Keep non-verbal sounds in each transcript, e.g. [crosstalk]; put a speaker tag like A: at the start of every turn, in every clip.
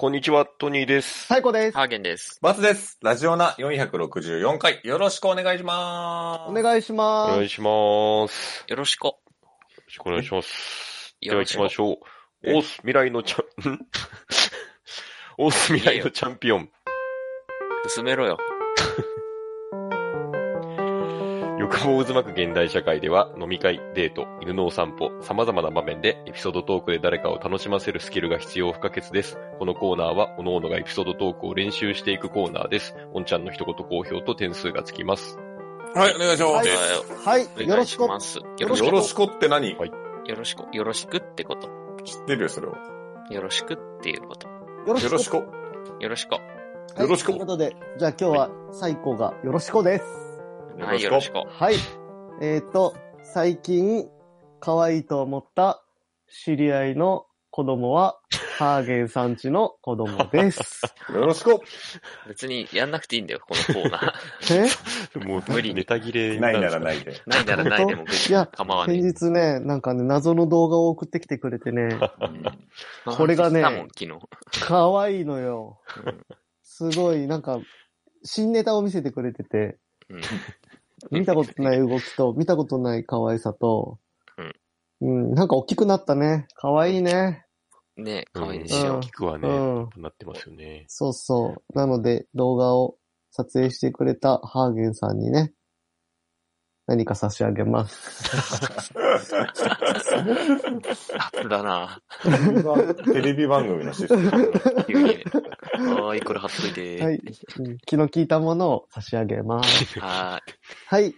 A: こんにちは、トニーです。
B: 最高です。
C: ハーゲンです。
D: バツです。ラジオナ464回、よろしくお願いしま
B: お
D: す。
B: 願いし
A: お
B: ま
A: 願いします。
C: よろしく。
A: よろしくお願いします。で
C: よ
A: は
C: ろ
A: 行
C: し
A: き
C: く
A: ましょう。
D: え
A: オース未来のチャン、んオース未来のチャンピオン。
C: 進めろよ。
A: 欲望を渦巻く現代社会では、飲み会、デート、犬のお散歩、様々な場面でエピソードトークで誰かを楽しませるスキルが必要不可欠です。このコーナーは、各々がエピソードトークを練習していくコーナーです。おんちゃんの一言好評と点数がつきます。
D: はい、お願いしま
B: は
D: す。
B: す。はい。よろしく
C: お。願います。よろしく。
D: よろしくって何
A: は
C: よろしく。よろしくってこと。
D: 知ってるよ、それを。よ
C: よろしくっていうこと。
B: よろ
D: ろしく。よ
C: よろしく。
B: はい
D: よろしく
B: ということで、じゃあ今日は最高がよろしくです。
C: は
D: ろ
C: い、
D: し
C: よ
D: く
C: ろ。しく。
B: はい。えっ、と、最近、可愛いと思った知り合いの子供は、ハーゲンさんちの子供です。
D: よろしく。
C: 別にやんなくていいんだよ、このコ
B: [laughs]
C: ーナー。
B: え
A: もう
C: 無理に
A: ネタ切れ
D: ないなら
A: い。
D: ないで。
C: ないならないでも別
B: いや
C: に構わない。
B: 先日ね、なんかね、謎の動画を送ってきてくれてね、
C: う
B: [laughs]
C: ん
B: これがね
C: だもん、昨日。
B: 可愛いのよ。すごい、なんか、新ネタを見せてくれてて、
C: うん
B: 見たことない動き [laughs] と、見たことない可愛さと、うん、なんか大きくなったね。可愛いね。
C: ねえ、かわいいで
A: 一
C: し
A: 応
B: う
C: ょ
B: ん。
A: 聞くわね。
B: うん。
A: なってますよね。
B: そうそう。なので、動画を撮影してくれたハーゲンさんにね、何か差し上げます。 [laughs]
C: 楽だな
D: テレビ番組のシステム。
B: [laughs]
C: 急に。はーい、これ貼っといて。
B: はいうん気の利いたものを差し上げます。
C: はーい。
B: はい。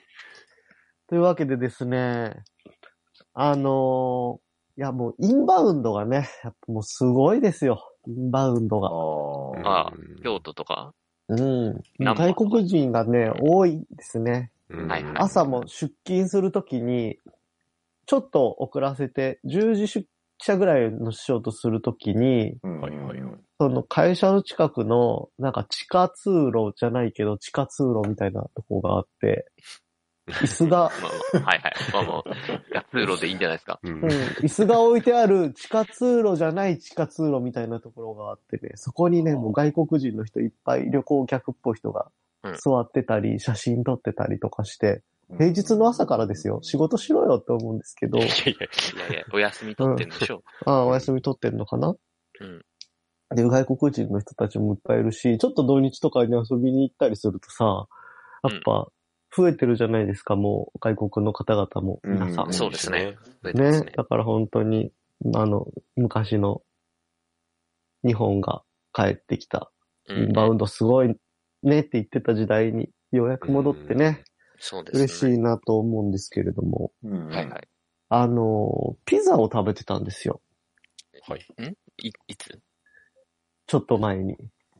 B: というわけでですね、あのーいやもうインバウンドがね、やっぱもうすごいですよ。インバウンド
D: あ
B: が。
D: ー
C: あ
A: うん
C: 京都とか
B: うん。
C: ナンバー
B: 外国人がね、多いですね。
A: うん
C: はいはい
B: 朝も出勤するときに、ちょっと遅らせて、10時出社ぐらいのしようとするときに、
D: うん
A: はいはいは
B: その会社の近くの、なんか地下通路じゃないけど、地下通路みたいなとこがあって、椅子が
C: [laughs] ま、あまあ、はいはい。まあまあ、通路でいいんじゃないですか。
A: う
B: うん、
A: ん
B: 椅子が置いてある地下通路じゃない地下通路みたいなところがあってね、そこにね、もう外国人の人いっぱい旅行客っぽい人が
C: うん
B: 座ってたり、写真撮ってたりとかして、
D: うん
B: 平日の朝からですよ、仕事しろよって思うんですけど
A: い、やいや、
C: いやいや、お休み取ってんでしょ。
B: ああ、お休み取ってるのかな
C: うん。
B: で、外国人の人たちもいっぱいいるし、ちょっと土日とかに遊びに行ったりするとさ、やっぱ、増えてるじゃないですか、もう、外国の方々も。
D: うん
B: 皆さん
C: あそうですね。そうで
B: ね
C: すね。
B: だから本当に、あの、昔の、日本が帰ってきた、
C: う
B: イ
C: ん
B: ンバウンドすごいねって言ってた時代に、ようやく戻ってね、
C: そうですね。
B: 嬉しいなと思うんですけれども、
D: うん
C: はいは
B: あの、ピザを食べてたんですよ、
A: はい。
C: い。い、いつ
B: ちょっと前に。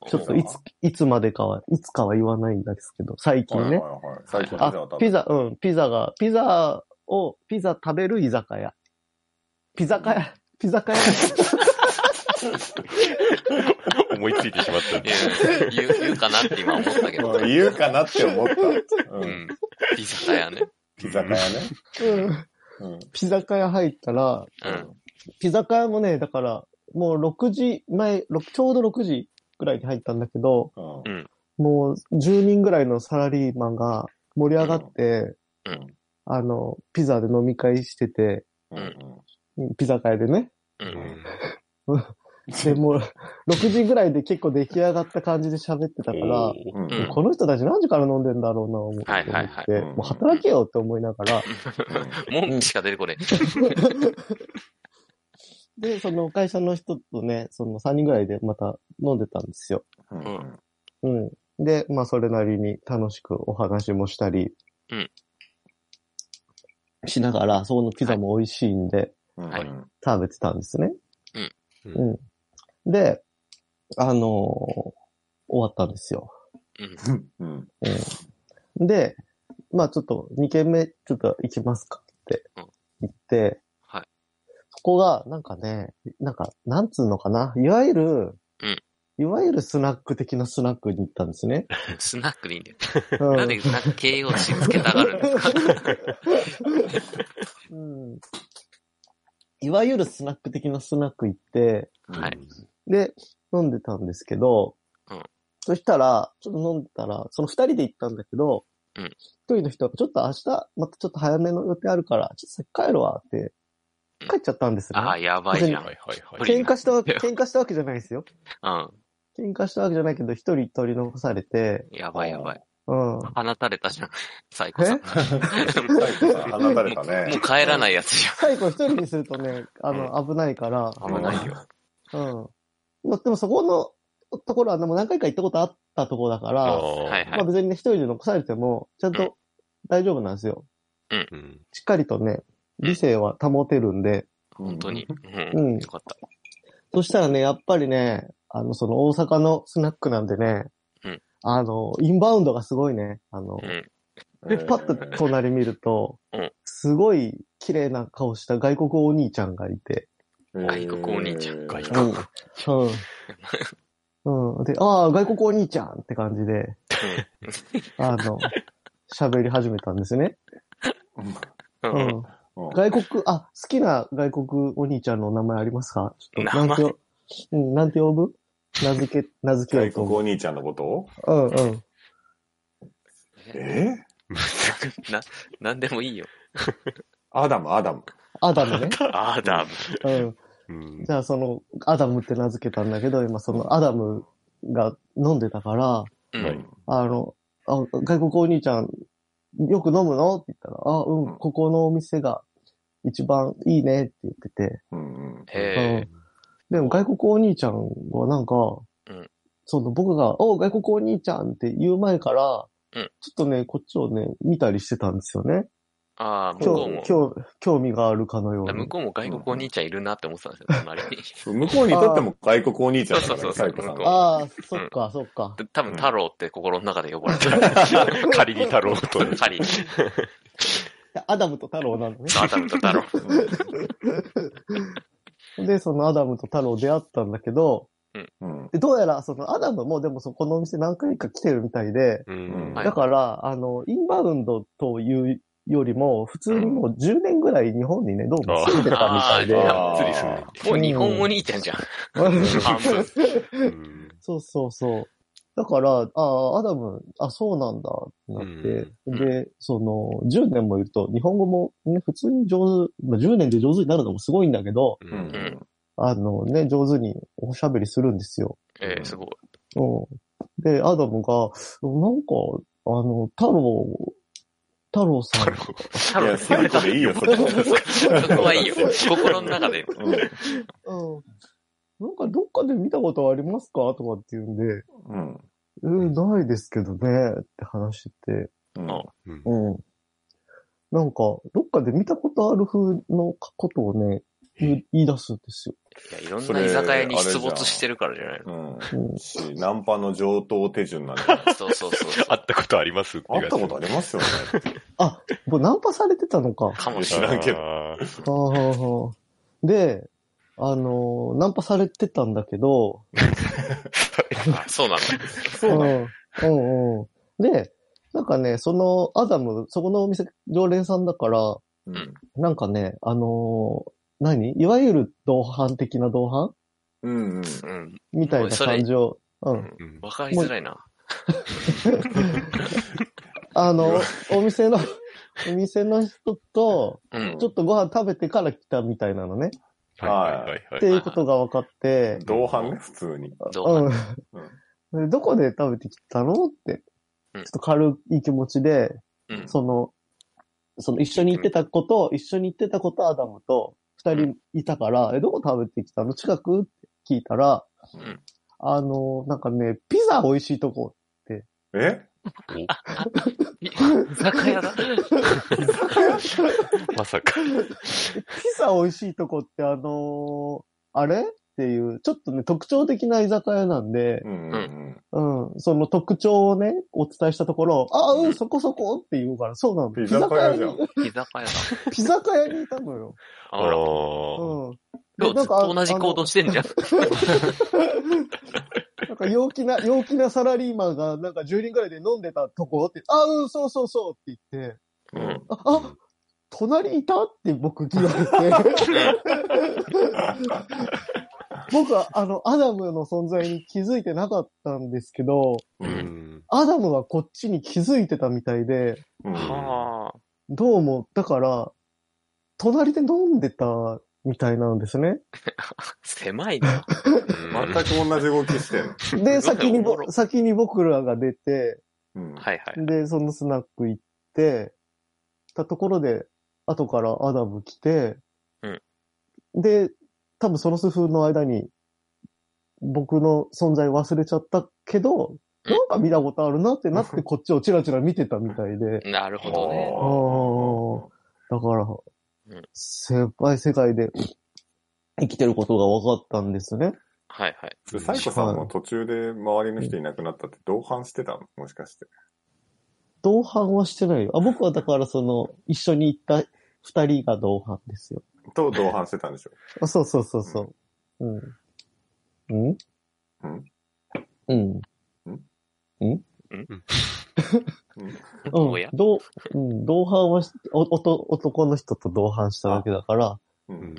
B: ちょっといつ
D: そ、
B: いつまでかは、いつかは言わないんですけど、最近
D: はいはい
B: ね。
D: はい。最近
B: あ、ピザ、うん、ピザが、ピザを、ピザ食べる居酒屋。ピザかや、ピザかや。
A: 思いついてしまったん
C: い
A: で
C: や。言う、言うかなって今思 [laughs] ったけど。
D: うん言うかなって思った。
C: う
D: う。
C: んん。居酒屋ね。
D: ピザ屋ね。
B: うん
D: うん。
B: ピザかや入ったら、
C: うん。
B: ピザかやもね、だから、もう6時前、ろくちょうど6時ぐらいに入ったんだけど、
D: うん
B: もう10人ぐらいのサラリーマンが盛り上がって、
C: うん
B: あの、ピザで飲み会してて、
D: うんうん
B: ピザかやでね。
C: [laughs] う。
A: うんん
B: で、もう、6時ぐらいで結構出来上がった感じで喋ってたから、
D: うん
C: うん
B: この人たち何時から飲んでんだろうな、思って。
C: はいはい
B: 思
C: はい
B: って
D: うん
B: もう働けよって思いながら。
C: 文句しか出てこない。
B: で、その会社の人とね、その3人ぐらいでまた飲んでたんですよ。
D: うんうん
B: うん。で、まあそれなりに楽しくお話もしたり。
C: うん
B: しながら、そこのピザも美味しいんで、
D: うん
C: はい
B: 食べてたんですね。
A: うん
B: うん。で、あのー終わったんですよ。
C: うん。
D: うん
B: うんで、まあちょっと2軒目ちょっと行きますかって
C: うん
B: 言って、
C: はい
B: そこがなんかね、なんか、なんつうのかな、いわゆる、
C: うん
B: いわゆるスナック的なスナックに行ったんです
C: [laughs]
B: ね。
C: スナックでいいんだよ。
B: うん
C: なんで、なんか形容詞つけたがるんですか
B: [laughs] うんいわゆるスナック的なスナック行って、
D: うん
C: はい。
B: で、飲んでたんですけど、
C: うん
B: そしたら、ちょっと飲んでたら、その二人で行ったんだけど、
C: うん
B: 一人の人がちょっと明日、またちょっと早めの予定あるから、ちょっと先帰るわって、帰っちゃったんですよ、
C: ああ、
B: ね。
C: やばいじゃ
A: はい
C: ん。
A: はい
C: あ
A: はい。
B: 喧嘩したわけ、喧嘩したわけじゃないですよ。
C: うん。
B: 喧嘩したわけじゃないけど、一人取り残されて、
C: やばいやばい。
B: うん。
C: 放たれたじゃん。最高さ
B: え
C: ん。 [laughs] も
D: 最後さ放たれた
C: う
D: ね。
C: 帰らないやつじ
B: 最後一人にするとね、あの、危ないから、
C: ゃん。危ないよ。
B: うん。まあでもそこのところは、でも何回か行ったことあったところだか
A: あ
B: ら、
A: ー
C: はいは
B: まあ
C: い。
B: 別にね、一人で残されても、ちゃん
C: うん
B: と大丈夫なんですよ。
A: うん
B: しっかりとね、理性は保てるんで、
C: 本当に。う。
B: うんん
C: よかった。
B: そしたらね、やっぱりね、あの、その大阪のスナックなんでね、
C: うん
B: あの、インバウンドがすごいね、あの、
C: うん。
B: で、パッと隣見ると、
C: うん
B: すごい綺麗な顔した外国お兄ちゃんがいて、
C: 外国お兄ちゃん
D: 外
B: うん。うん。うん。で、ああ、外国お兄ちゃんって感じで、あの、
C: [laughs]
B: 喋り始めたんですね。
C: うん
B: う
C: うん。
B: ん。外国、あ、好きな外国お兄ちゃんの名前ありますかちょっと、な
C: 名前
B: んてよ、うん、なんて呼ぶ名付け、名付けよ
D: 外
B: うと
D: 国
B: 思う。
D: お兄ちゃんのことを
B: うんうん。
D: え
C: な、 [laughs] なんでもいいよ。
D: アダム、アダム。
B: アダムね。
C: アダム。
B: うん。
A: うん
B: じゃあその、アダムって名付けたんだけど、今そのアダムが飲んでたから、
C: うん
A: はい
B: あの、あ外国お兄ちゃん、よく飲むのって言ったら、あ、うん、ここのお店が一番いいねって言ってて。
D: うんうん
C: へ
B: う
C: え。
B: ん。でも外国お兄ちゃんはなんか、
C: ん
B: その僕が、おう外国お兄ちゃんって言う前から、
C: う
B: ち
C: ん
B: ょっとね、こっちをね、見たりしてたんですよね。
C: ああ、向こ
B: 興
C: うも。
B: 興興味があるかのよう
C: 向
B: に。
C: こうも外国お兄ちゃんいるなって思ってたんですよ、隣に。 [laughs]
D: 向こうにとっても外国お兄ちゃんだから
C: そうそうそう
D: ね、サイコさん
C: 向こう
D: は。
B: ああ、そっか、そっか。
C: 多分太郎って心の中で呼ばれてる。
A: 仮に太郎とね。
C: 仮に。
B: アダムと太郎なのね。
C: アダムと太郎。
B: で、そのアダムと太郎出会ったんだけど、
D: うん
B: でどうやらそのアダムもでもそこのお店何回か来てるみたいで、
A: うん
C: はい
B: だから、あの、インバウンドというよりも、普通にもう10年ぐらい日本にね、どうも住んでたみたいで。
D: あ
A: がっつりするね
C: もう日本お兄ちゃんじゃん。半
B: [laughs]
C: 分。
A: うん
B: そうそうそう。だから、ああ、アダム、あ、そうなんだって
C: ん
B: なって、で、その、10年もいると、日本語もね、普通に上手、まあ、10年で上手になるのもすごいんだけど、
A: う
D: うん
A: ん
B: あのね、上手におしゃべりするんですよ。
C: ええ、すごい。
B: うん。で、アダムが、なんか、あの、太郎、太郎さん、
C: 太
D: い
C: 郎
D: や、サイコでいいよ、それ。
C: そこはいいよ。心の中で。
B: うんなんかどっかで見たことありますかとかって言うんで、
D: うん。
B: えーないですけどね、って話してて、
D: うん。
A: うん
B: うん。なんか、どっかで見たことある風のことをね、言い言い出すんですよ。
C: いや、いろん
D: そ
C: な
D: れ
C: 居酒屋に出没してるからじゃない
D: うん。
B: うん
D: し、ナンパの上等手順なんじゃない
C: の。そうそうそうそう。
A: 会ったことあります
D: 会ったことあ
A: り
D: りますよ
B: あ、もうナンパされてたの [laughs] か。
C: かも
D: ま
C: し
D: す
C: れな
D: 知
C: い。
D: らんけど
B: ああはあはあで、あのーナンパされてたんだけど、
C: あそうなの。
D: そうな
B: の、うん、うんうんで、なんかね、そのアダム、そこのお店常連さんだから、
D: ね。
B: なんかね、あのー何いわゆる同伴的な同伴
D: うん。
C: う
D: うん。
C: ん。
B: みたいな感じを。う
C: れ
B: ん。
A: うん
C: わかりづらいな。
B: あの、お店の、お店の人と、
C: うん。
B: ちょっとご飯食べてから来たみたいなのね。
A: はいはいはい
B: って
A: はい。
B: いうことが分かって、
D: 同伴ね、普通に。
C: どう
B: うん。でどこで食べてきたのって、ち
C: う
B: ょ
C: ん
B: っと軽い気持ちで、
C: うん
B: その、その一緒に行ってた子と、一緒に行ってた子とアダムと二人いたから、え、どこ食べてきたの近くって聞いたら、
C: ん
B: あの、なんかね、ピザ美味しいとこ。
D: え
C: 居酒屋だ。
A: まさか。
B: ピザ美味しいとこってあのあれっていう、ちょっとね、特徴的な居酒屋なんで、
D: うん。うん
B: うん、その特徴をね、お伝えしたところ、あ、うん、そこそこって言うから、そうなの。
D: ピザ屋じゃ
B: ピ
D: ん。
C: 居酒屋だ。
B: ピザ屋にいたのよ。
A: あ
C: あら。
A: ー
B: うん。
C: 今
B: で
C: 日ずっと同じ行動してんじゃん。
B: なんか陽気な、陽気なサラリーマンが、なんか10人ぐらいで飲んでたとこって、あ、うん、そうそうそうって言って、
D: うん。
B: あ、あ
C: [laughs]
B: 隣いたって僕聞いて、僕は、あの、アダムの存在に気づいてなかったんですけど、
A: う
C: うん
A: ん。
B: アダムはこっちに気づいてたみたいで、
D: うん
C: は
B: どうも、だから、隣で飲んでたみたいなんですね。
C: あ。狭い
D: [laughs]
C: な。
A: うん
D: 全く同じ動きしてんの。
C: [laughs]
B: で、
C: すごい
B: 先に
C: お
B: ぼ、
C: もろ
B: 先に僕らが出て、
D: うん
C: はいはい。
B: で、そのスナック行って、たところで、後からアダム来て、
C: うん
B: で、多分その数分の間に、僕の存在忘れちゃったけど、
C: うん
B: なんか見たことあるなってな
C: [laughs]
B: って、こっちをチラチラ見てたみたいで、
C: なるほどね。
B: あだから
C: ん、
B: 先輩世界で生きてることが分かったんですね。
C: はいはい。
D: でサイコさんも途中で周りの人いなくなったって同伴してたのもしかして。
B: 同伴はしてないよ。あ、僕はだからその、一緒に行った二人が同伴ですよ。
D: と同伴してたんでしょ。
B: あそうそうそうそう。うん。うん
D: うん
B: うん。う
C: お
B: ん
C: や。
B: どう、うん、同伴はしお、おと、男の人と同伴したわけだから、
D: うんうん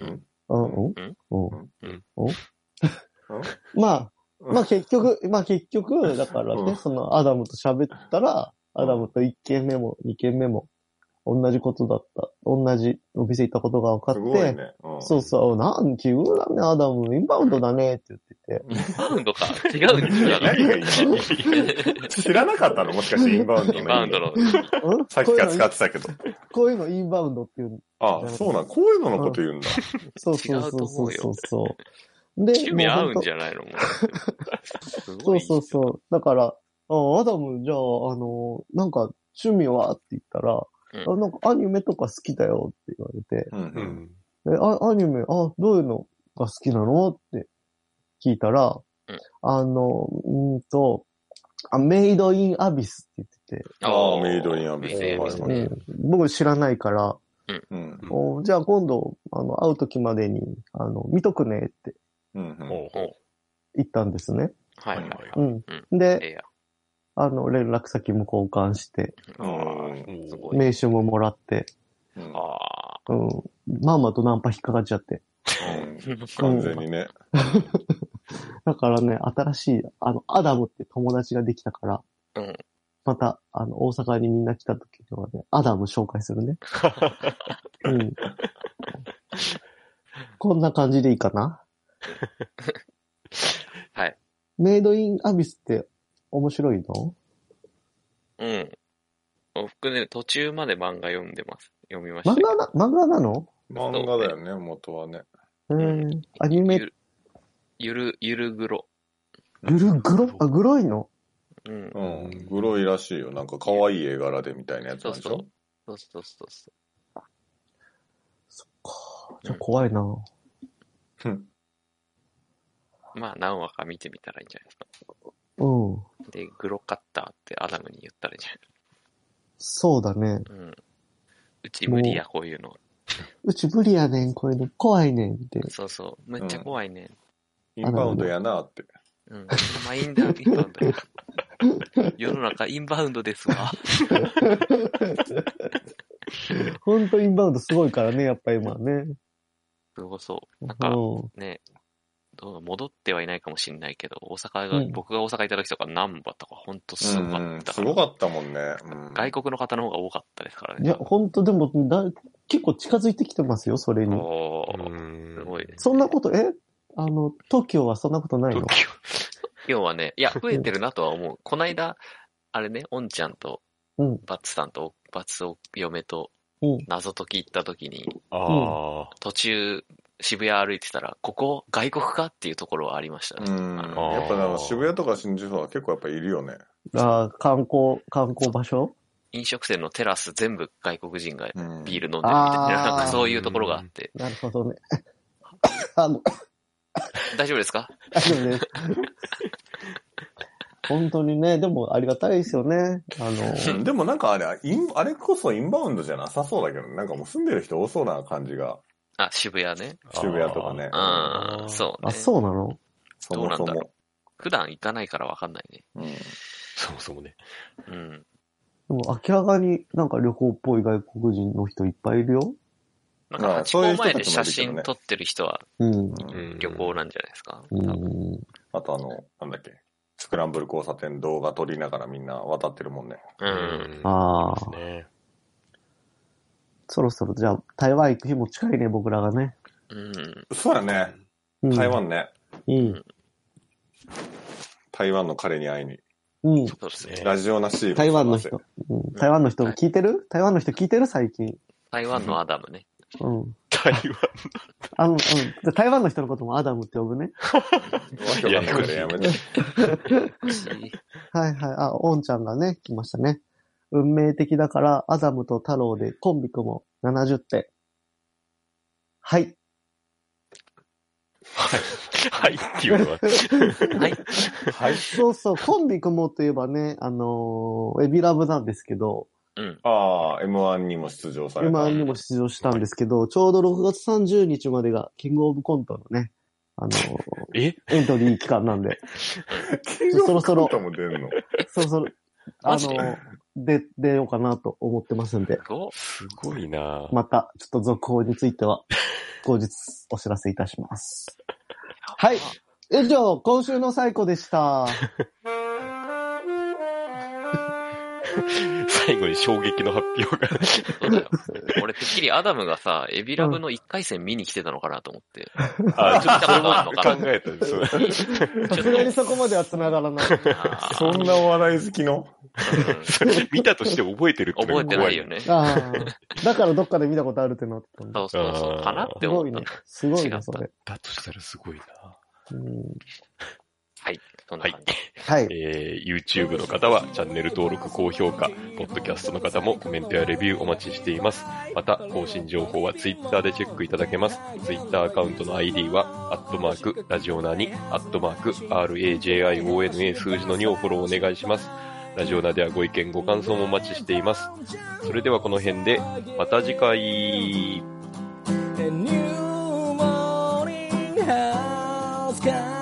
B: うん、うん、
C: うん
B: うん、
C: うん
B: うん。 [laughs] まあ、まあ結局、まあ結局、だから
D: う
B: ね、
D: ん
B: そのアダムと喋ったら、アダムと1件目も2件目も、同じことだった。同じお店行ったことが分か
D: す
B: っ
D: ごい
B: て、
D: ね。うん
B: そうそう、なん、奇遇だね、アダム、インバウンドだね、って言ってて。
C: バウンドか。違うんです
D: いや
C: よ。
D: 何がいいの
C: イ
D: 知らなかったのもしかしてインバウンドの意味
C: ンバウンドの。
B: うん
D: さっきから使っ
B: こ
D: てたけ
B: うい
D: ど。
B: うのこういうのインバウンドっていう。
D: ああ、そうなん。こういうののこと言うんだ。
B: そうそうそうそうそうそう。で、
C: 趣味合うん
B: もう本当
C: じゃないのも。
B: そううそう
C: う。
B: そう。だから、あアダム、じゃあ、あの、なんか、趣味はって言ったら、
C: う
B: あなんかアニメとか好きだよって言われて、
D: うん
A: う
D: う
A: んん。
B: であアニメ、あ、どういうのが好きなのって聞いたら、
C: うん
B: あの、うーんと、あメイドインアビスって言って
D: ああメイドインアビ
C: ビ
D: ス
C: ス。
D: はい
B: て、
D: はい
B: うん僕知らないから、
D: うん
B: おじゃあ今度、あの、会う時までに、あの、見とくねって
D: うんう
A: ほ
D: ん
A: うほう
B: 言ったんですね。
C: はいはいは
B: う
C: い。
B: ん。
C: うん
B: で、
C: え
B: あの、連絡先も交換して、
D: う
C: え
D: ん
C: や。すごい。
B: 名刺ももらって、
D: うん
C: ああ。
B: うん。まんまとナンパ引っかかっちゃって。
D: 完全にね。
B: だからね、新しい、あの、アダムって友達ができたから、
C: うん
B: また、あの、大阪にみんな来た時にはね、アダム紹介する
C: [laughs]
B: ね。うん。こんな感じでいいかな
C: はい。
B: メイドインアビスって面白いの
C: うん。僕ね、途中まで漫画読んでます。読みました
B: 漫
C: よ。
B: 画な、漫画なの
D: 漫画だよね、元はね。
B: うん。アニメ
C: ゆ、る、ゆる、ゆるぐろ。
B: ぐる、ぐろ、あ、ぐろいの
C: うん。
D: うん。グロいらしいよ。なんか可愛い絵柄でみたいなやつなんでしょ
C: そうそうそうそ
B: ちょ、怖いな
D: うん
C: う。まあ、何話か見てみたらいいんじゃないですか。
B: うん。
C: で、グロカッターってアダムに言ったらいいんじ
B: そうだね。
C: ゃないうん。うち無理や、こういうの。
B: うち無理やねん、こういうの。怖いねんって。
C: そうそう。めっちゃ怖いね。
D: インバウンドやなって。
C: うん。マインダーインバウンドや。世の中インバウンドですわ。
B: ほんとインバウンドすごいからね、やっぱ今ね。
C: すごそう。な
B: う
C: んか、ね、どうだ戻ってはいないかもしれないけど、大阪が、
B: うん
C: 僕が大阪行った時とか、ナンバとか、ほんとす
D: う
C: ごか
D: ん
C: っ。た
D: す
C: か
D: ご
C: ら。
D: かったもんね。うん
C: 外国の方の方が多かったですから
B: ん。い
C: ね。
B: や、ほんとでもだ、結構近づいてきてますよ、それに。
C: おー
A: うん
C: すごいね
B: そんなこと、えあの、東京はそんなことないの
A: 東京
C: 要はね、い
D: [laughs]
C: や、増えてるなとは思う。こないだ、あれね、おんちゃんと
B: うん、
C: バツさんと、バツお嫁と
B: うん、
C: 謎解き行った時に、
A: ああ。
C: 途中、渋谷歩いてたら、ここ、外国かっていうところはありました
D: う
C: ね。
D: ん。
C: あの
D: やっぱなんか渋谷とか新宿とか結構やっぱいるよね。
B: あー観光、観光場所
C: 飲食店のテラス全部外国人が
D: うん。
C: ビール飲んでるみたいな、
B: あー
C: なんかそういうところがあって。
B: なるほどね。 [laughs] あの、
C: 大丈夫ですか
B: 大丈夫です。 [laughs] 本当にね、でもありがたいですよね。あ
D: う
B: の、
D: んでもなんかあれ、インあれこそインバウンドじゃなさそうだけどね、なんかもう住んでる人多そうな感じが、
C: あ、渋谷ね。
D: 渋谷とかね。
A: あー
C: うん、そうね。
B: あ、そうなの
D: そもそ
C: どうなんだ
D: も
C: ろ。普段行かないからわかんないね。
D: うん
A: そもそもね。
C: うん。
B: でも、秋葉原になんか旅行っぽい外国人の人いっぱいいるよ。
C: なんか
D: まあ
C: 八
D: そういう
C: 方
D: 人
C: 前
D: た
C: で
D: ちも
C: 写
D: いるけどね
C: 真撮ってる人は
B: うん。
A: うん
C: 旅行なんじゃないですか。多分
B: うん。
D: あとあの、なんだっけ。スクランブル交差点動画撮りながらみんな渡ってるもんね。
C: う。
A: うんん。
B: あ
A: そ
B: あ
A: う、ですね。
B: そろそろじゃあ台湾行く日も近いね、僕らがね。
C: うん。
D: そうやね。
B: うん
D: 台。湾ね。
B: うん。
D: 台湾の彼に会いに。
B: うん。
C: そうですね。
D: ラジオなし。
B: 台湾の人。。うん台湾の人聞いてる台湾の人聞いてる最近。
C: 台湾のアダムね。
B: うん。
A: 台湾
B: あの、うん。じゃあ台湾の人のこともアダムって呼ぶね。
D: わけわかんないからやめて。
B: はいはい。あ、オンちゃんがね、来ましたね。運命的だから、アダムと太郎でコンビ組もう70点。はい。
A: はいっていうのは。
C: はい。
D: はい。
B: そうそう、コンビ組もうといえばね、あのーエビラブなんですけど、
C: うん。
D: ああ、M1 にも出場された。
B: 今にも出場したんですけど、ちょうど6月30日までが、キングオブコントのね、あの
D: [laughs]
B: ー
A: え
B: エントリー期間なんで、
D: キングオブコントも出んの。
B: そろそろ、あの
C: マジで
B: ーで、出ようかなと思ってますんで、
C: どう
A: すごいなぁ
B: また、ちょっと続報については、後日お知らせいたします。はい。以上、今週の最古で
D: [laughs]
B: した。
A: 最後に衝撃の発表が。
C: そうだよ俺、てっきりアダムがさ、エビラブの1回戦見に来てたのかなと思って。
A: あ、ちょっとそれ
C: あんのか
A: も
C: な
A: 考えたんです。
B: さすがにそこまでは繋がら
D: [laughs]
B: ない。
C: あー
D: [laughs] そんなお笑い好きの。
A: それ [laughs] 見たとして覚えてるっ
C: うん
A: ての
C: 覚
A: が怖
C: えてないよ。ね。そ
B: ああ。だからどっかで見たことあるってなってたんだ。
C: うそうそ
A: あ
C: う。
A: ー
C: かなっ
B: す
C: て
B: ご
C: 思
B: い
C: っ
B: ね
C: た。。
B: すごい
C: 違っ
B: ね、
C: た
B: それ。
A: だとしたらすごいなぁ
B: うん
C: はい。そんな感じ。
B: はい。
A: えー YouTube の方はチャンネル登録、高評価、Podcast の方もコメントやレビューお待ちしています。また、更新情報は Twitter でチェックいただけます。Twitter アカウントの ID は、アットマーク、ラジオナに、アットマーク、RAJIONA 数字の2をフォローお願いします。ラジオナではご意見、ご感想もお待ちしています。それではこの辺で、また次回。
E: A new morning has come